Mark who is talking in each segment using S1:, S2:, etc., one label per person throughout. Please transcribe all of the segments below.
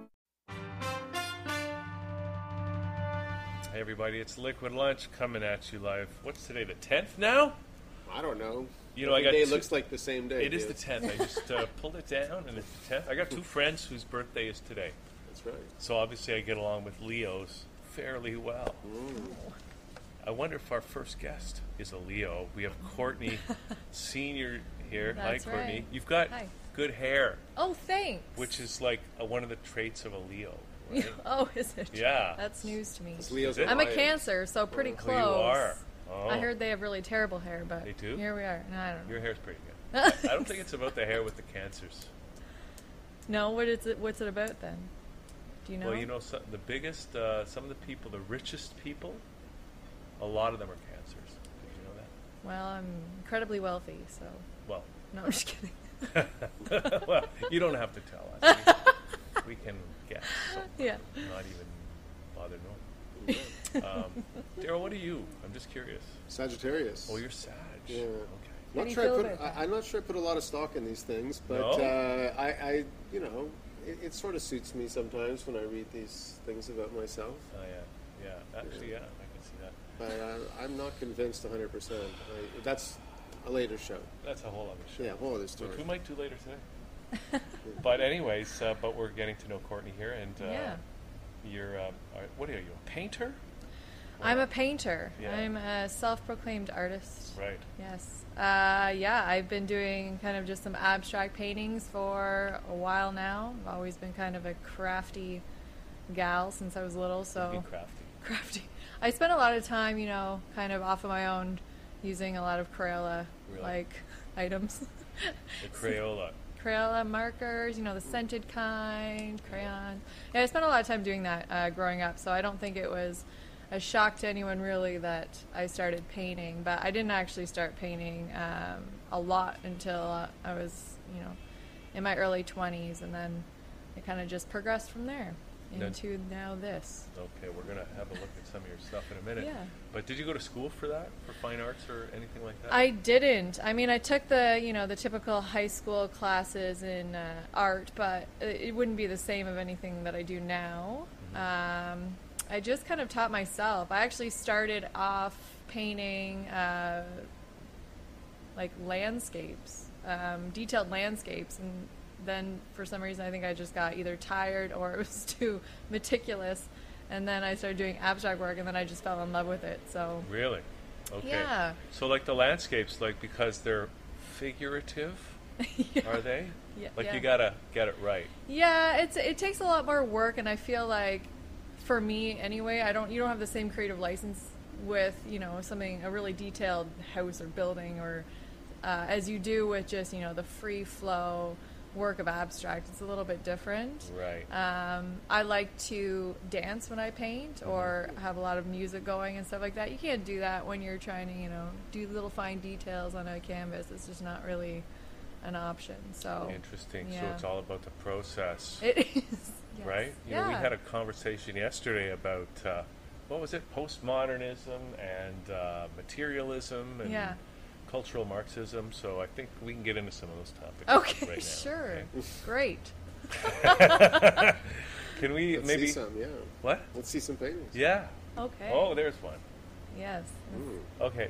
S1: Hey everybody, it's Liquid Lunch coming at you live. What's today, the tenth now?
S2: I don't know.
S1: You know, I
S2: Every
S1: got
S2: day
S1: two-
S2: looks like the same day.
S1: It is the
S2: dude.
S1: tenth. I just uh, pulled it down, and it's the tenth. I got two friends whose birthday is today,
S2: That's right.
S1: so obviously I get along with Leos fairly well. I wonder if our first guest is a Leo. We have Courtney Senior here.
S3: That's
S1: Hi, Courtney.
S3: right.
S1: You've got
S3: Hi.
S1: good hair,
S3: Oh, thanks.
S1: which is like uh one of the traits of a Leo. Right?
S3: oh, is it?
S1: Yeah.
S3: That's news to me.
S2: Leo's
S1: Is it?
S3: I'm a
S2: lion.
S3: Cancer, so pretty
S1: Who you
S3: close.
S1: are? Oh,
S3: I heard they have really terrible hair, but
S1: They do?
S3: Here we are. No, I don't know.
S1: your hair's pretty good. I don't think it's about the hair with the cancers.
S3: No, what is it? What's it about then? Do you know?
S1: Well, you know, so, the biggest, uh, some of the people, the richest people, a lot of them are cancers. Did you know that?
S3: Well, I'm incredibly wealthy, so
S1: Well,
S3: no, I'm just kidding.
S1: well, you don't have to tell us. We, we can guess. So
S3: yeah.
S1: not even bother knowing. Um, Daryl, what are you? I'm just curious.
S2: Sagittarius.
S1: Oh, you're Sag.
S2: Yeah.
S1: Okay.
S3: How do
S2: Not
S3: you
S2: sure I
S3: feel
S2: put,
S3: about that?
S2: I, I'm not sure I put a lot of stock in these things, but
S1: No?
S2: uh, I, I, you know, it, it sort of suits me sometimes when I read these things about myself.
S1: Oh yeah. Yeah. Actually, yeah. I can see that.
S2: But I, I'm not convinced 100. percent That's a later show.
S1: That's a whole other show.
S2: Yeah, whole other
S1: Which we
S2: story.
S1: might do later today. but anyways, uh, but we're getting to know Courtney here, and uh,
S3: Yeah.
S1: you're um, are- what are you? A painter?
S3: I'm a painter.
S1: Yeah.
S3: I'm a self-proclaimed artist.
S1: Right.
S3: Yes. Uh, yeah, I've been doing kind of just some abstract paintings for a while now. I've always been kind of a crafty gal since I was little, so
S1: Be crafty.
S3: crafty. I spent a lot of time, you know, kind of off of my own, using a lot of Crayola
S1: Really?
S3: like items.
S1: The Crayola.
S3: Crayola markers, you know, the scented kind, crayons. Yeah, I spent a lot of time doing that uh, growing up, so I don't think it was a shock to anyone really that I started painting. But I didn't actually start painting um, a lot until uh, I was, you know, in my early 20s, and then it kind of just progressed from there
S1: Then-
S3: into now this.
S1: Okay, we're gonna have a look at some of your stuff in a minute.
S3: Yeah.
S1: But did you go to school for that, for fine arts or anything like that?
S3: I didn't. I mean, I took the you know the typical high school classes in uh, art, but it it wouldn't be the same of anything that I do now. Um, I just kind of taught myself. I actually started off painting uh, like landscapes, um, detailed landscapes, and then for some reason I think I just got either tired or it was too meticulous, and then I started doing abstract work, and then I just fell in love with it. So
S1: really. Okay.
S3: Yeah.
S1: So like the landscapes, like because they're figurative, are they?
S3: Yeah,
S1: Like
S3: yeah.
S1: you gotta get it right.
S3: Yeah, it's it takes a lot more work, and I feel like, for me anyway, I don't you don't have the same creative license with you know something a really detailed house or building or uh, as you do with just you know the free flow work of abstract. It's a little bit different.
S1: Right.
S3: Um, I like to dance when I paint or have a lot of music going and stuff like that. You can't do that when you're trying to, you know, do little fine details on a canvas. It's just not really an option. So
S1: Interesting. So
S3: yeah.
S1: it's all about the process.
S3: it is. Yes.
S1: Right? You know, we had a conversation yesterday about uh, what was it? Postmodernism and uh, materialism and
S3: Yeah.
S1: cultural Marxism. So I think we can get into some of those topics.
S3: Okay,
S1: right now,
S3: sure.
S1: okay?
S3: Great.
S1: Can we
S2: Let's
S1: maybe
S2: see some. Yeah.
S1: what?
S2: Let's see some paintings.
S1: Yeah.
S3: Okay.
S1: Oh, there's one.
S3: Yes.
S2: Ooh.
S1: Okay.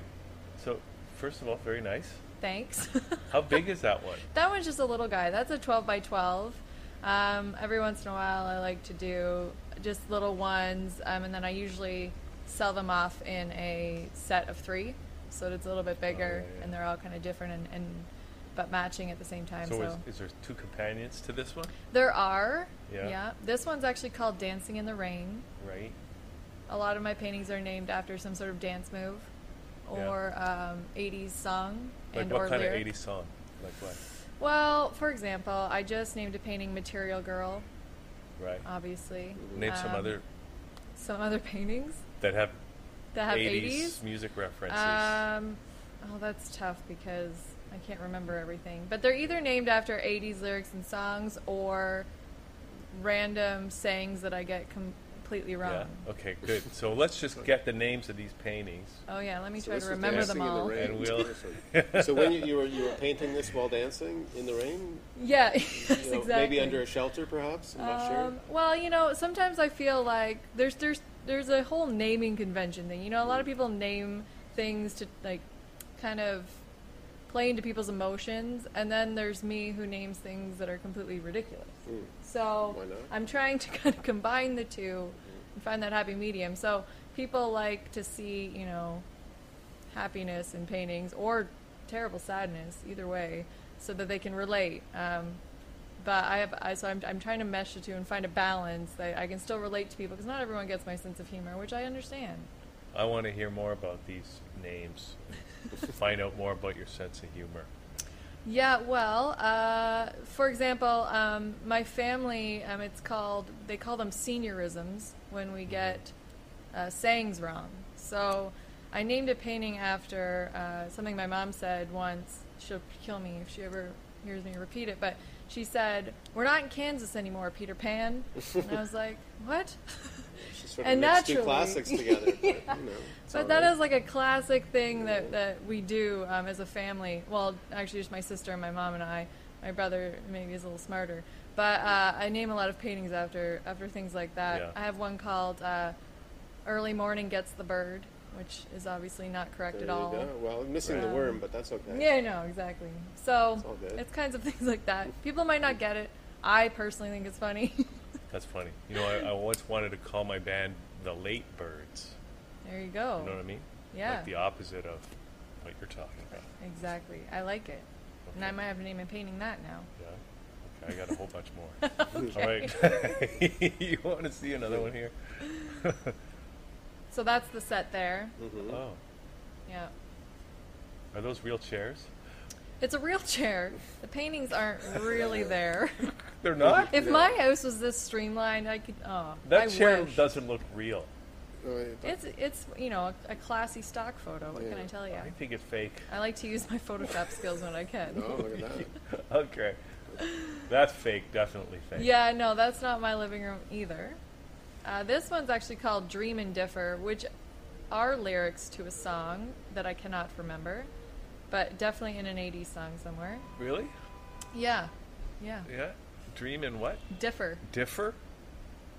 S1: So first of all, very nice.
S3: Thanks.
S1: How big is that one?
S3: that one's just a little guy. That's a 12 by 12. Um, every once in a while, I like to do just little ones, um, and then I usually sell them off in a set of three, so it's a little bit bigger,
S1: Oh, yeah, yeah.
S3: and they're all kind of different and, and but matching at the same time. So,
S1: So is, is there two companions to this one?
S3: there are.
S1: Yeah.
S3: yeah. This one's actually called Dancing in the Rain.
S1: Right.
S3: A lot of my paintings are named after some sort of dance move
S1: Yeah.
S3: or um, 80s song
S1: Like
S3: and
S1: what
S3: or
S1: kind
S3: lyric.
S1: of 80s song? Like what?
S3: Well, for example, I just named a painting Material Girl.
S1: Right.
S3: obviously.
S1: Name some
S3: Um,
S1: other
S3: some other paintings
S1: that have
S3: that have
S1: 80s,
S3: 80s.
S1: music references.
S3: Um, oh, that's tough because I can't remember everything. But they're either named after 80s lyrics and songs or random sayings that I get completely
S1: yeah.
S3: wrong.
S1: Okay, good. So let's just get the names of these paintings.
S3: Oh yeah, let me
S2: So
S3: try
S2: this
S3: to
S2: was
S3: remember
S2: dancing
S3: them
S2: in the
S3: all.
S2: rain.
S1: And we'll-
S2: This one. so when you, you were you were painting this while dancing in the rain,
S3: Yeah, yes,
S2: you know,
S3: exactly.
S2: maybe under a shelter perhaps. I'm not sure.
S3: Um, well, you know, sometimes I feel like there's there's there's a whole naming convention thing. You know, a lot of people name things to like kind of play into people's emotions, and then there's me who names things that are completely ridiculous. So
S2: Hmm. Why not?
S3: I'm trying to kind of combine the two and find that happy medium. So people like to see, you know, happiness in paintings or terrible sadness, either way, so that they can relate. Um, but I have, I, so I'm, I'm trying to mesh the two and find a balance that I can still relate to people because not everyone gets my sense of humor, which I understand.
S1: I want to hear more about these names. Find out more about your sense of humor.
S3: Yeah, well, uh, for example, um, my family, um, it's called, they call them seniorisms when we get uh, sayings wrong. So I named a painting after uh, something my mom said once. She'll kill me if she ever hears me repeat it, but she said, We're not in Kansas anymore, Peter Pan. and I was like, What?
S2: She sort of
S3: and
S2: mixed two
S3: naturally-
S2: classics together. But, you know, it's all
S3: But that
S2: right.
S3: is like a classic thing that, that we do um, as a family. Well, actually, just my sister and my mom and I. My brother maybe is a little smarter, but uh, I name a lot of paintings after after things like that.
S1: Yeah.
S3: I have one called uh, "Early Morning Gets the Bird," which is obviously not correct
S2: There
S3: at
S2: you
S3: all.
S2: go. Well, I'm missing the
S3: Right.
S2: worm, but that's okay.
S3: Yeah, I know exactly. So
S2: It's all good.
S3: it's kinds of things like that. People might not get it. I personally think it's funny.
S1: That's funny. You know, I, I once wanted to call my band the Late Birds.
S3: there you go.
S1: You know what I mean?
S3: Oh, Yeah.
S1: Like the opposite of what you're talking about.
S3: Exactly. I like it, and I
S1: Okay.
S3: might have to name a painting that now.
S1: Yeah. Okay, I got a whole bunch more. All right. you want to see another one here?
S3: So that's the set there.
S2: Mhm.
S1: Oh,
S3: Yeah.
S1: are those real chairs?
S3: It's a real chair. The paintings aren't really there.
S1: They're not.
S3: If
S2: No.
S3: my house was this streamlined, I could. Oh,
S1: that
S3: I
S1: chair
S3: wish.
S1: doesn't look real.
S2: Oh, yeah, but-
S3: It's it's you know a, a classy stock photo. What can
S2: Yeah.
S3: I tell you?
S1: I think it's fake.
S3: I like to use my Photoshop skills when I can.
S2: Oh, look at that.
S1: okay. That's fake. Definitely fake.
S3: Yeah, no, that's not my living room either. Uh, this one's actually called Dream and Differ, which are lyrics to a song that I cannot remember, but definitely in an 80s song somewhere.
S1: Really?
S3: Yeah, yeah.
S1: Yeah. Dream and what?
S3: Differ.
S1: Differ?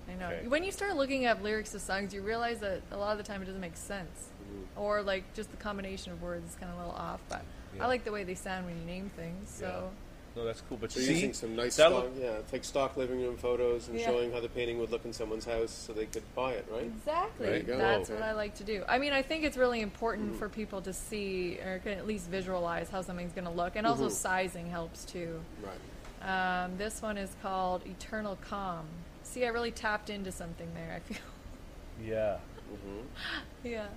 S3: I know.
S1: Okay.
S3: When you start looking up lyrics to songs, you realize that a lot of the time it doesn't make sense,
S1: Mm-hmm.
S3: or like just the combination of words is kind of a little off. But
S1: Yeah.
S3: I like the way they sound when you name things. So
S1: No, that's cool. But
S2: So
S1: you see,
S2: using some nice
S1: that
S2: stock,
S1: look-
S2: yeah, it's like stock living room photos and
S3: Yeah.
S2: showing how the painting would look in someone's house so they could buy it, right?
S3: exactly,
S1: There you go. Mm-hmm.
S3: that's
S2: Whoa.
S3: what I like to do. I mean, I think it's really important for people to see or can at least visualize how something's going to look, and
S1: Mm-hmm.
S3: also sizing helps too.
S2: Right.
S3: Um, this one is called Eternal Calm. See, I really tapped into something there. I feel.
S1: yeah.
S3: yeah.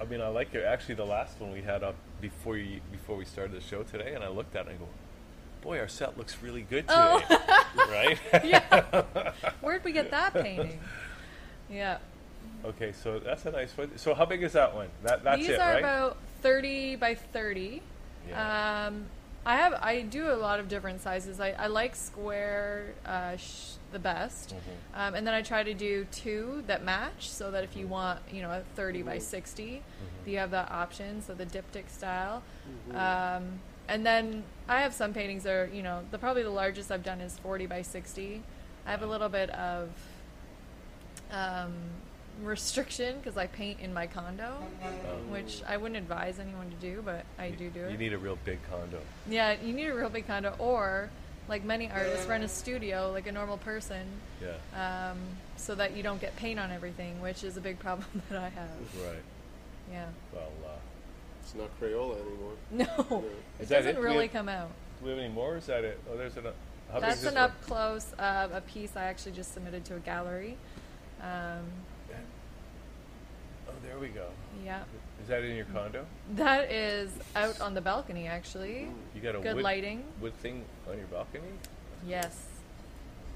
S1: I mean, I like it. Actually, the last one we had up before you before we started the show today, and I looked at it and I go, "Boy, our set looks really good today,
S3: Oh.
S1: right?"
S3: Yeah. Where'd we get that painting? Yeah.
S1: okay, so that's a nice one. So how big is that one? That that's
S3: These
S1: it,
S3: are
S1: right?
S3: about 30 by 30.
S1: Yeah.
S3: Um, I have I do a lot of different sizes. I, I like square uh, sh- the best,
S1: Mm-hmm.
S3: um, and then I try to do two that match, so that if you want, you know, a 30
S1: Mm-hmm.
S3: by 60, you have that option. So the diptych style, um, and then I have some paintings that are, you know, the probably the largest I've done is 40 by 60. I have a little bit of um, restriction because I paint in my condo, which I wouldn't advise anyone to do, but I do do it.
S1: Oh. You need a real big condo.
S3: yeah, you need a real big condo, or like many artists, rent a studio like a normal person,
S1: Yeah.
S3: um, so that you don't get paint on everything, which is a big problem that I have.
S1: right.
S3: Yeah,
S1: Well, uh,
S2: It's not Crayola anymore.
S3: no,
S1: Is that
S3: it doesn't
S1: it? We
S3: really
S1: have-
S3: come out.
S1: do we have any more? Is that it? Oh, there's an. up- How big is
S3: That's
S1: this
S3: an
S1: one?
S3: up close of a piece I actually just submitted to a gallery. Um,
S1: Oh, there we go.
S3: yeah,
S1: Is that in your condo?
S3: that is out on the balcony actually.
S1: You got a
S3: Good
S1: wood,
S3: lighting.
S1: wood thing on your balcony.
S3: Yes.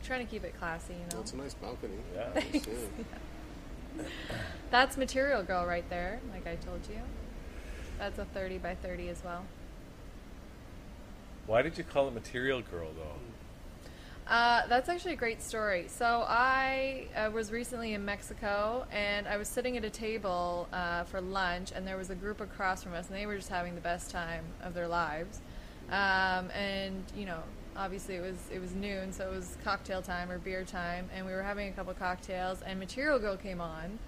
S3: trying to keep it classy, you know.
S2: Well, it's a nice balcony.
S1: Yeah.
S2: Thanks, yeah.
S3: That's Material Girl right there, like I told you. That's a 30 by 30 as well.
S1: Why did you call it Material Girl though?
S3: Uh, that's actually a great story. So I uh, was recently in Mexico, and I was sitting at a table uh, for lunch, and there was a group across from us, and they were just having the best time of their lives. Um, and you know, obviously it was it was noon, so it was cocktail time or beer time, and we were having a couple cocktails, and Material Girl came on,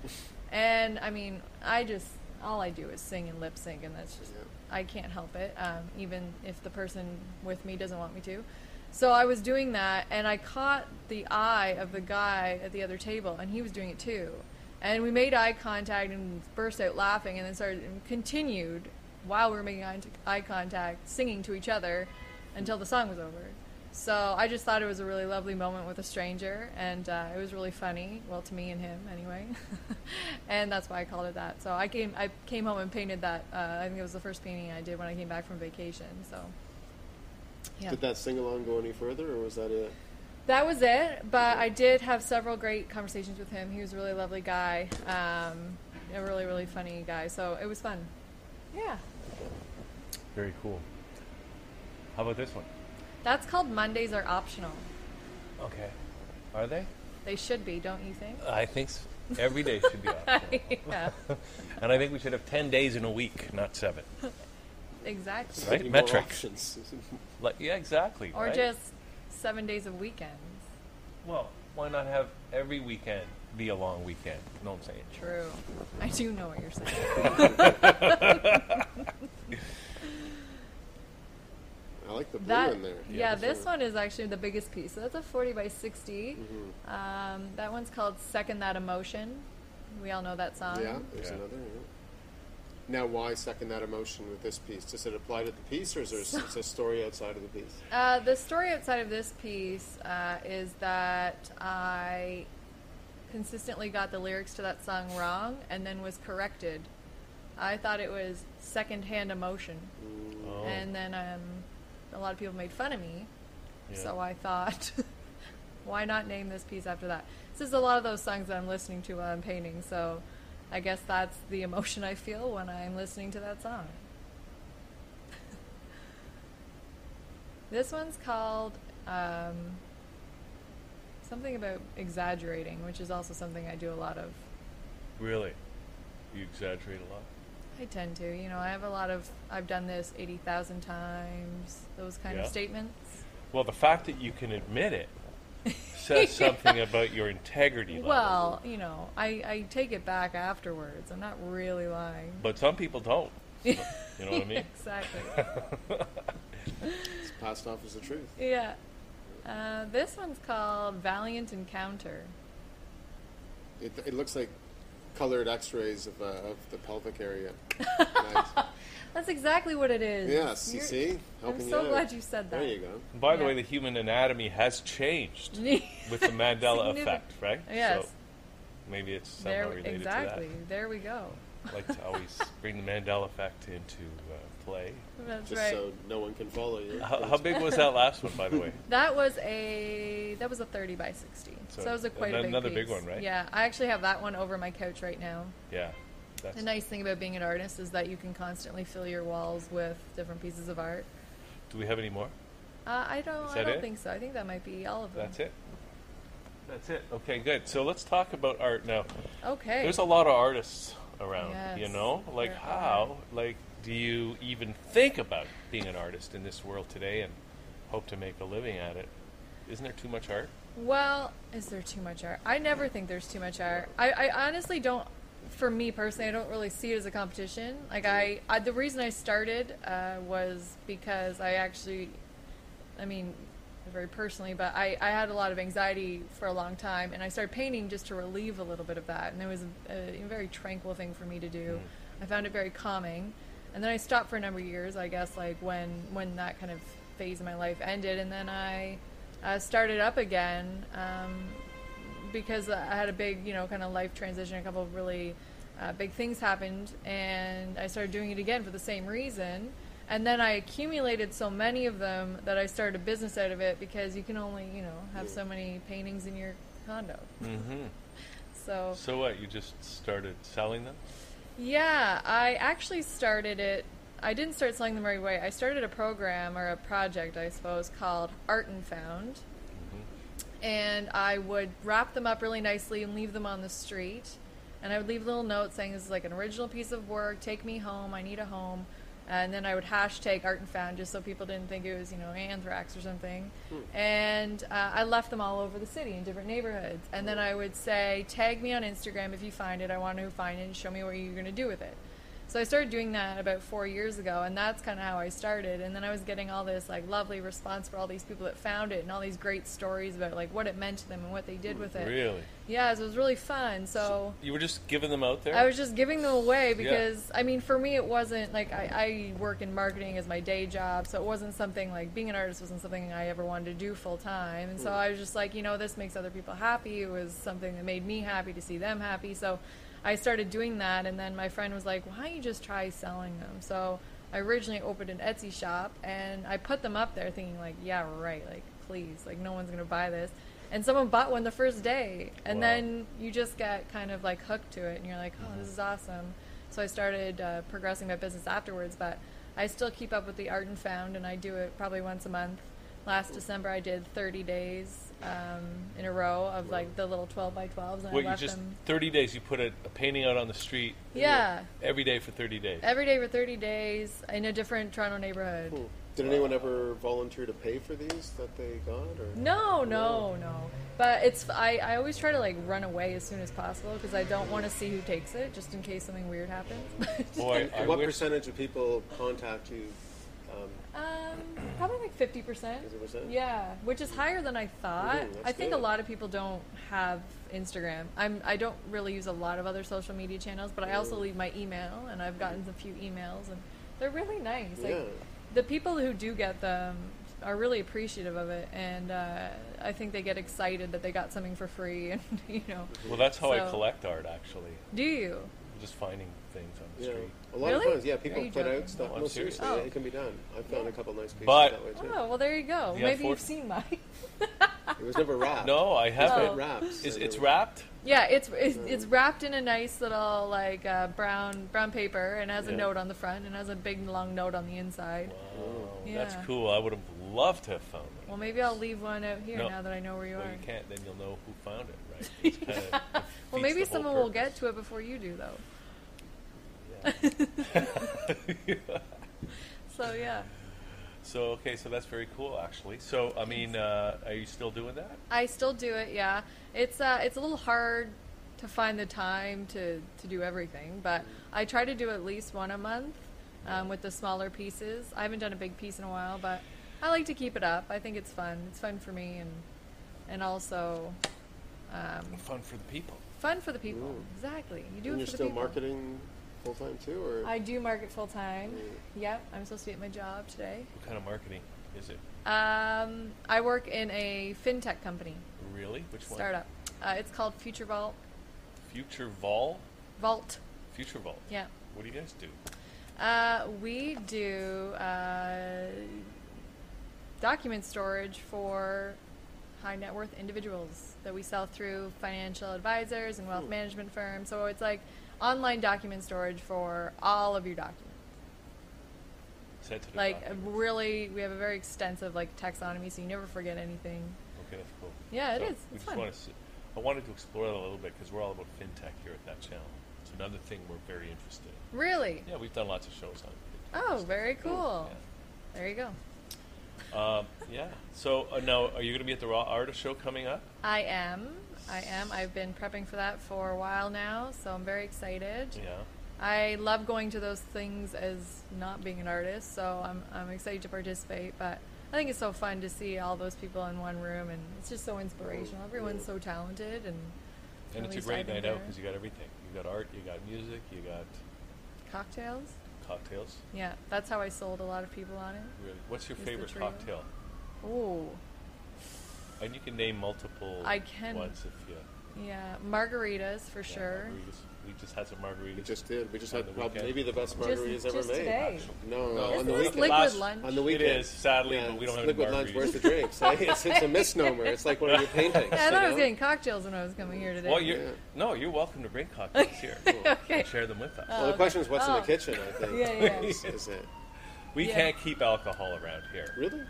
S3: and I mean, I just all I do is sing and lip sync, and that's just I can't help it, um, even if the person with me doesn't want me to. So I was doing that, and I caught the eye of the guy at the other table, and he was doing it too. And we made eye contact and burst out laughing, and then started and continued while we were making eye eye contact, singing to each other until the song was over. So I just thought it was a really lovely moment with a stranger, and uh, it was really funny. Well, to me and him, anyway. and that's why I called it that. So I came, I came home and painted that. Uh, I think it was the first painting I did when I came back from vacation. So, yeah.
S2: Did that sing along go any further, or was that it?
S3: That was it, but I did have several great conversations with him. He was a really lovely guy, um, a really, really funny guy. So it was fun. Yeah.
S1: Very cool. How about this one?
S3: That's called Mondays Are Optional.
S1: Okay. Are they?
S3: They should be, don't you think?
S1: I think so. every day should be optional.
S3: yeah,
S1: and I think we should have 10 days in a week, not seven.
S3: exactly.
S1: Right,
S2: Any more
S1: metric.
S2: options?
S1: Like, yeah, exactly.
S3: Or
S1: right?
S3: just seven days of weekends.
S1: Well, why not have every weekend be a long weekend? You know what I'm saying?
S3: True. I do know what you're saying.
S2: I like the blue
S3: That,
S2: in there.
S3: yeah,
S2: for
S3: this
S2: sure.
S3: one is actually the biggest piece. So that's a 40 by 60. Um, that one's called Second That Emotion. We all know that song.
S2: Yeah, there's
S1: Yeah.
S2: another. Yeah. Now, why second that emotion with this piece? Does it apply to the piece, or is there s- it's a story outside of the piece?
S3: Uh, the story outside of this piece uh, is that I consistently got the lyrics to that song wrong and then was corrected. I thought it was secondhand emotion.
S1: Oh,
S3: And then um, a lot of people made fun of me.
S1: yeah.
S3: So I thought, why not name this piece after that? This is a lot of those songs that I'm listening to while I'm painting. So I guess that's the emotion I feel when I'm listening to that song. this one's called um, something about exaggerating, which is also something I do a lot of.
S1: Really? You exaggerate a lot?
S3: I tend to, you know, I have a lot of, I've done this 80,000 times, those kind of
S1: Yeah.
S3: statements.
S1: Well, the fact that you can admit it says something about your integrity level.
S3: Well, you know, I, I take it back afterwards. I'm not really lying.
S1: But some people don't. you know what I mean?
S3: exactly.
S2: It's passed off as the truth.
S3: yeah. Uh, this one's called Valiant Encounter.
S2: It, it looks like colored X-rays of, uh, of the pelvic area. Nice.
S3: That's exactly what it is.
S2: Yes, you
S3: You're-
S2: see, helping
S3: I'm
S2: you
S3: so
S2: out.
S3: glad you said that.
S2: There you go.
S1: By the
S3: Yeah.
S1: way, the human anatomy has changed with the Mandela
S3: Significant-
S1: effect, right?
S3: Yes.
S1: So maybe it's somehow
S3: there,
S1: related
S3: exactly.
S1: to
S3: There we go.
S1: that. I like to always bring the Mandela effect into uh, play.
S3: That's
S2: Just
S3: right.
S2: so no one can follow you.
S1: How, how big was that last one, by the way?
S3: That was a that was a thirty by sixty. So,
S1: So,
S3: that was a quite
S1: and
S3: a big
S1: another big
S3: piece.
S1: one, right?
S3: Yeah, I actually have that one over my couch right now.
S1: Yeah. That's
S3: The nice thing about being an artist is that you can constantly fill your walls with different pieces of art.
S1: Do we have any more?
S3: Uh, I don't.
S1: Is
S3: I
S1: that
S3: don't
S1: it?
S3: think so. I think that might be all of them.
S1: That's it. That's it. Okay, good. So let's talk about art now.
S3: Okay.
S1: There's a lot of artists around, you
S3: Yes,
S1: know? Like
S3: there
S1: how like do you even think about being an artist in this world today and hope to make a living at it? Isn't there too much art?
S3: well, is there too much art? I never think there's too much art. I, I honestly don't. For me personally, I don't really see it as a competition. Like I,
S1: Mm-hmm.
S3: I the reason I started uh, was because I actually, I mean, very personally, but I, I had a lot of anxiety for a long time, and I started painting just to relieve a little bit of that. And it was a, a very tranquil thing for me to do. I found it very calming. And then I stopped for a number of years, I guess, like when when that kind of phase of my life ended. And then I uh, started up again um, because I had a big, you know, kind of life transition. A couple of really uh, big things happened, and I started doing it again for the same reason. And then I accumulated so many of them that I started a business out of it because you can only, you know, have so many paintings in your condo. So
S1: So what? You just started selling them?
S3: yeah, I actually started it. I didn't start selling them right away. I started a program or a project, I suppose, called Art and Found. And I would wrap them up really nicely and leave them on the street. And I would leave a little note saying, This is like an original piece of work. Take me home. I need a home. And then I would hashtag Art and Found just so people didn't think it was, you know, anthrax or something. And uh, I left them all over the city in different neighborhoods. And then I would say, Tag me on Instagram if you find it. I want to find it and show me what you're going to do with it. So I started doing that about four years ago, and that's kind of how I started. And then I was getting all this like lovely response for all these people that found it, and all these great stories about like what it meant to them and what they did with it.
S1: Really?
S3: Yeah, so it was really fun. So
S1: You were just giving them out there?
S3: I was just giving them away because I mean, for me, it wasn't like I, I work in marketing as my day job, so it wasn't something like being an artist wasn't something I ever wanted to do full time. And so
S1: Hmm.
S3: I was just like, you know, this makes other people happy. It was something that made me happy to see them happy. So I started doing that, and then my friend was like, why don't you just try selling them? So I originally opened an Etsy shop, and I put them up there, thinking like, yeah, right, like please, like no one's gonna buy this. And someone bought one the first day, and
S1: Wow.
S3: then you just get kind of like hooked to it and you're like oh this
S1: Mm-hmm.
S3: is awesome so i started uh, progressing my business afterwards but i still keep up with the art and found and i do it probably once a month last december i did 30 days um, in a row of like the little 12 by 12s and
S1: What,
S3: i
S1: you
S3: left
S1: just,
S3: them
S1: 30 days, you put a, a painting out on the street
S3: yeah
S1: every day for 30 days.
S3: every day for 30 days in a different toronto neighborhood
S2: Did anyone ever volunteer to pay for these that they got? Or?
S3: No, no, no. But it's I, I always try to like run away as soon as possible because I don't want to see who takes it just in case something weird happens.
S1: Boy, I
S2: what
S1: wish-
S2: percentage of people contact you? Um,
S3: Um, probably like fifty percent.
S2: 50%?
S3: Yeah, which is higher than I thought.
S2: Ooh, that's
S3: I think a
S2: good.
S3: lot of people don't have Instagram. I'm I don't really use a lot of other social media channels, but I
S2: Mm.
S3: also leave my email, and I've gotten a few emails, and they're really nice. Like,
S2: Yeah.
S3: the people who do get them are really appreciative of it, and uh, I think they get excited that they got something for free, and you know,
S2: Mm-hmm.
S1: Well, that's how I
S3: So-
S1: collect art, actually.
S3: do you?
S1: Just finding things on the
S2: yeah.
S1: street.
S2: A lot
S3: Really?
S2: of times, yeah,
S3: Are
S2: people
S3: you
S2: put
S3: joking?
S2: out stuff.
S1: No,
S2: No,
S1: I'm serious.
S2: seriously,
S3: Oh.
S2: it can be done. I found a couple nice pieces
S1: But-
S2: that way too.
S3: Oh well, there you go.
S1: The
S3: Maybe
S1: unfortunate-
S3: you've seen mine.
S2: It was never wrapped.
S1: No, I
S2: It
S1: haven't.
S2: wraps.
S1: Is,
S2: I
S1: it's
S2: know.
S1: wrapped?
S3: Yeah, it's it's, it's wrapped in a nice little like uh, brown brown paper and has a
S1: Yeah.
S3: note on the front and has a big long note on the inside.
S1: Oh,
S3: Yeah.
S1: that's cool. I would have loved to have found it.
S3: Well, maybe I'll leave one out here
S1: No.
S3: now that I know where you
S1: Well,
S3: are.
S1: you can't. Then you'll know who found it, right? It's kinda
S3: well,
S1: defeats
S3: maybe
S1: the whole
S3: someone will get
S1: purpose.
S3: to it before you do though. So yeah,
S1: So okay, so that's very cool, actually. So I mean, uh, are you still doing that?
S3: I still do it. Yeah, it's uh, it's a little hard to find the time to to do everything, but I try to do at least one a month um, with the smaller pieces. I haven't done a big piece in a while, but I like to keep it up. I think it's fun. It's fun for me and and also
S1: Fun for the people.
S3: fun for the people. Exactly. You do
S2: And you're
S3: it for the
S2: still
S3: people.
S2: marketing full time too, or
S3: I do market full time. Yep, I'm supposed to be at my job today.
S1: What kind of marketing is it?
S3: Um, I work in a fintech company
S1: Really? Which one?
S3: startup. Uh, it's called Future Vault.
S1: Future Vol.
S3: Vault.
S1: Future Vol.
S3: Yeah.
S1: What do you guys do?
S3: Uh, we do uh, document storage for high net worth individuals that we sell through financial advisors and
S2: Hmm.
S3: wealth management firms. So it's like online document storage for all of your documents.
S1: Sensitive.
S3: Like a
S1: document.
S3: really, we have a very extensive like taxonomy, so you never forget anything.
S1: Okay, that's cool.
S3: Yeah, it
S1: it is.
S3: is. It's
S1: We just
S3: fun.
S1: want to. I wanted to explore that a little bit because we're all about fintech here at that channel. It's another thing we're very interested in.
S3: Really?
S1: Yeah, we've done lots of shows on. fintech and
S3: Oh,
S1: stuff.
S3: very cool.
S1: Yeah.
S3: There you go.
S1: Um, yeah. So uh, now, are you going to be at the Raw Artist Show coming up?
S3: I am. I am. I've been prepping for that for a while now, so I'm very excited.
S1: Yeah.
S3: I love going to those things as not being an artist, so I'm, I'm excited to participate. But I think it's so fun to see all those people in one room, and it's just so inspirational. Everyone's so talented, and
S1: And
S3: At
S1: it's a
S3: least
S1: great
S3: I've been
S1: night out
S3: there.
S1: because you got everything. You got art, you got music, you got
S3: cocktails.
S1: cocktails.
S3: Yeah, that's how I sold a lot of people on it.
S1: Really. What's your
S3: Just the
S1: favorite
S3: trio.
S1: cocktail?
S3: Ooh,
S1: And you can name multiple
S3: I can-
S1: ones if you.
S3: yeah, margaritas for sure.
S1: margaritas. We just had some margaritas.
S2: We just did. We just
S1: On
S2: had
S1: the
S2: probably
S1: weekend.
S2: maybe the best margaritas
S3: Just-
S2: ever
S3: just
S2: made.
S3: today.
S2: No, no,
S1: Isn't
S2: on the
S3: this
S2: weekend.
S3: liquid
S1: Last-
S3: lunch?
S2: On the
S1: It
S2: weekend.
S1: is sadly,
S2: Yeah,
S1: but we don't
S2: it's
S1: have any
S2: liquid lunch.
S1: margaritas.
S2: Where's the drinks? eh? it's, it's a misnomer. It's like one of your paintings.
S3: Yeah, I
S2: you
S3: thought I was
S2: know?
S3: getting cocktails when I was coming here today.
S1: Well, you're
S2: Yeah.
S1: no, you're welcome to bring cocktails here.
S3: okay.
S1: And share them with us.
S2: Well, the question is, what's in
S3: Oh.
S2: the kitchen? I think.
S3: Yeah, yeah.
S2: Is, is it
S1: we
S3: yeah.
S1: can't keep alcohol around here.
S2: really?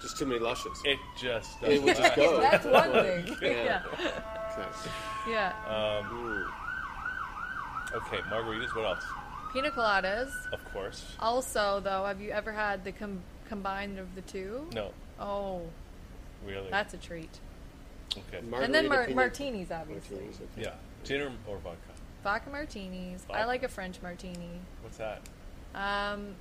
S2: Just too many lushes.
S1: It just doesn't.
S2: It would just
S1: last.
S2: go.
S3: That's one thing. Yeah.
S2: Yeah.
S3: Yeah.
S1: Okay, margaritas. What else?
S3: Pina coladas.
S1: Of course.
S3: Also, though, have you ever had the com- combined of the two?
S1: No,
S3: Oh,
S1: really.
S3: that's a treat.
S1: okay.
S3: and then mar-
S2: Margarita pina-
S3: martinis, obviously.
S2: Martinis, okay.
S1: yeah, gin or, or vodka.
S3: Vodka martinis. I
S1: Vodka.
S3: like a French martini.
S1: What's that?
S3: Um,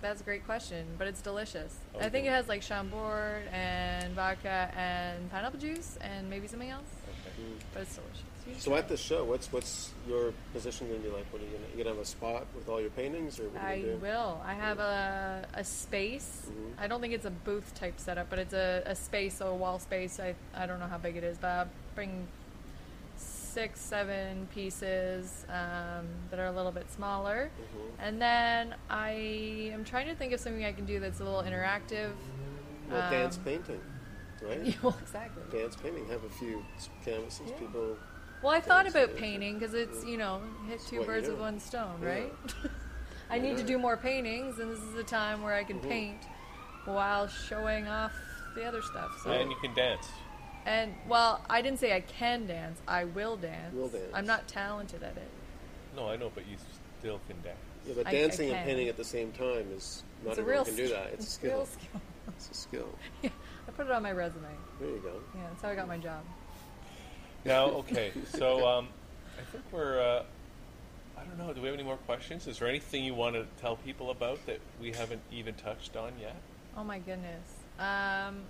S3: that's a great question, but it's delicious. I
S1: Okay.
S3: think it has like Chambord and vodka and pineapple juice and maybe something else,
S1: Okay.
S2: Mm,
S3: but it's delicious. You should
S2: So at the show, what's what's your position going to be like? What are you going to, you gonna have a spot with all your paintings, or what are
S3: I
S2: you gonna do? Mm-hmm.
S3: will. I have a, a space. I don't think it's a booth type setup, but it's a, a space, so a wall space. I, I don't know how big it is, but I'll bring six, seven pieces um, that are a little bit smaller.
S2: Mm-hmm.
S3: And then I am trying to think of something I can do that's a little interactive.
S2: Well, dance
S3: Um,
S2: painting, right?
S3: well, exactly.
S2: Dance painting. Have a few s- canvases,
S3: Yeah.
S2: people.
S3: Well, I thought
S2: Dance
S3: about
S2: is-
S3: painting because it's, you know, hit two
S2: what you
S3: birds
S2: do.
S3: with one stone,
S2: Yeah.
S3: right? I need to
S2: not?
S3: do more paintings, and this is a time where I
S2: Mm-hmm.
S3: can paint while showing off the other stuff. So,
S2: oh.
S1: And you can dance.
S3: and well, I didn't say I can dance. I will dance.
S2: Will dance.
S3: I'm not talented at it.
S1: No, I know, but you still can dance.
S2: Yeah, but
S3: I- I
S2: dancing
S3: can.
S2: and painting at the same time is not
S3: It's a
S2: everyone
S3: real
S2: can do
S3: skill.
S2: that. It's a
S3: a
S2: skill.
S3: real skill.
S2: It's a skill.
S3: I put it on my resume.
S2: There you go.
S3: Yeah, that's how I got my job.
S1: Now, okay, so um, I think we're. Uh, I don't know. Do we have any more questions? Is there anything you want to tell people about that we haven't even touched on yet?
S3: Oh my goodness. Um,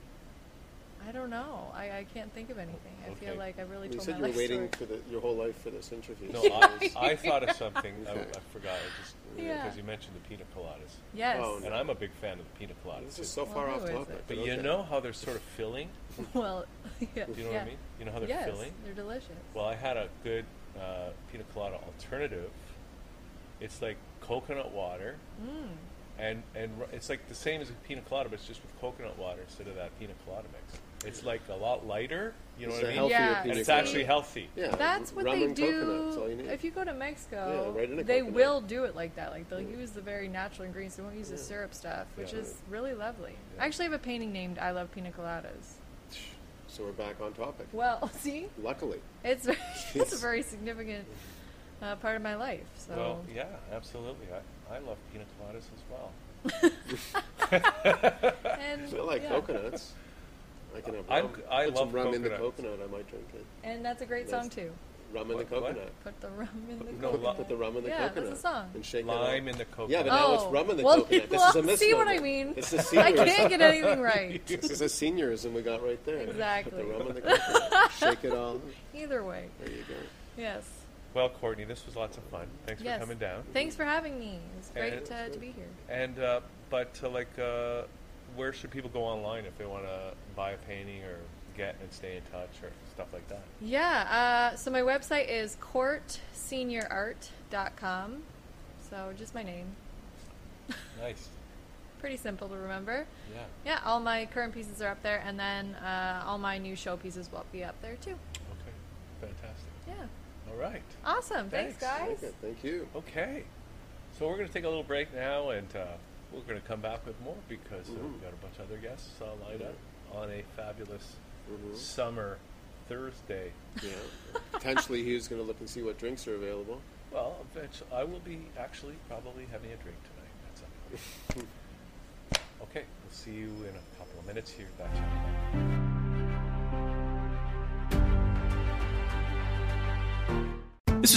S3: I don't know. I, I can't think of anything. I feel
S1: Okay.
S3: like I really
S2: You
S3: told
S2: said
S3: my
S2: you were
S3: life
S2: waiting
S3: story.
S2: for the, your whole life for this interview.
S1: No,
S2: so
S1: I,
S2: it's-
S1: I thought of something. I, I
S2: Okay.
S1: forgot. I just
S3: Yeah.
S1: because you mentioned the pina coladas,
S3: Yes.
S2: Oh, no.
S1: and I'm a big fan of the pina
S2: this
S1: coladas.
S2: is
S1: too.
S2: so far
S3: Well,
S2: off
S3: who is
S2: topic.
S3: it?
S1: but
S2: okay.
S1: you know how they're sort of filling.
S3: Well, yeah.
S1: You know
S3: yeah.
S1: what I mean? You know how they're
S3: yes,
S1: filling.
S3: they're delicious.
S1: Well, I had a good uh, pina colada alternative. It's like coconut water,
S3: Mm.
S1: and and ru- it's like the same as a pina colada, but it's just with coconut water instead of that pina colada mix. It's like a lot lighter. You know
S2: It's
S1: what I
S2: a
S1: mean?
S2: healthier
S3: Yeah.
S2: pina
S1: and it's
S2: colada.
S1: actually healthy.
S2: Yeah,
S3: That's what
S2: rum
S3: they
S2: and coconut, that's all you
S3: do.
S2: need.
S3: If you go to Mexico,
S2: Yeah, right in a
S3: they
S2: coconut.
S3: will do it like that. Like they'll use the very natural ingredients. They won't use the
S2: Yeah.
S3: syrup stuff, which
S1: Yeah.
S3: is really lovely. I actually have a painting named "I Love Pina Coladas."
S2: so we're back on topic.
S3: Well, see,
S2: Luckily,
S3: it's very, it's a
S2: Jeez.
S3: very significant uh, part of my life. So
S1: Well, yeah, absolutely. I, I love pina coladas as well.
S3: and
S2: I like
S3: yeah.
S2: coconuts. I can have
S1: I'm-
S2: rum.
S1: I
S2: Put
S1: love
S2: some rum in the
S1: coconuts.
S2: coconut. I might drink it.
S3: and that's a great
S2: That's-
S3: song too.
S2: Rum in the
S1: What- what?
S2: coconut.
S3: Put the rum in the
S1: No,
S3: coconut.
S1: lo-
S2: Put the rum in the
S3: Yeah, that's
S2: coconut.
S3: a song.
S2: And shake
S1: Lime
S2: it
S1: in the coconut.
S2: Yeah, but now it's
S3: Oh.
S2: rum in the
S3: Well,
S2: coconut. This is a
S3: well,
S2: misnomer.
S3: see what I mean?
S2: It's a
S3: I
S2: seniorism.
S3: can't get anything right.
S2: This is a seniorism we got right there.
S3: Exactly.
S2: Put the rum in the coconut. shake it all.
S3: Either way,
S2: There you go.
S3: yes.
S1: well, Courtney, this was lots of fun. Thanks
S3: Oh. Yes.
S1: for coming down.
S3: Thanks for having me. It's great
S1: And-
S3: uh, to be here.
S1: And uh, but uh, like, uh, where should people go online if they want to buy a painting or get and stay in touch or stuff like that?
S3: Yeah, uh, so my website is courtseniorart.com. So just my name.
S1: Nice.
S3: Pretty simple to remember.
S1: Yeah.
S3: Yeah, all my current pieces are up there, and then uh, all my new show pieces will be up there too.
S1: Okay. Fantastic.
S3: Yeah.
S1: All right.
S3: Awesome. Thanks,
S1: Thanks.
S3: guys.
S2: Okay, thank you.
S1: Okay. So we're going to take a little break now, and uh, we're going to come back with more because uh, we've got a bunch of other guests uh, lined up on a fabulous summer Thursday.
S2: Yeah. Potentially, Hugh's going to look and see what drinks are available.
S1: Well, eventually, I will be actually probably having a drink tonight. That's all. okay, we'll see you in a couple of minutes here. Back channel.
S4: This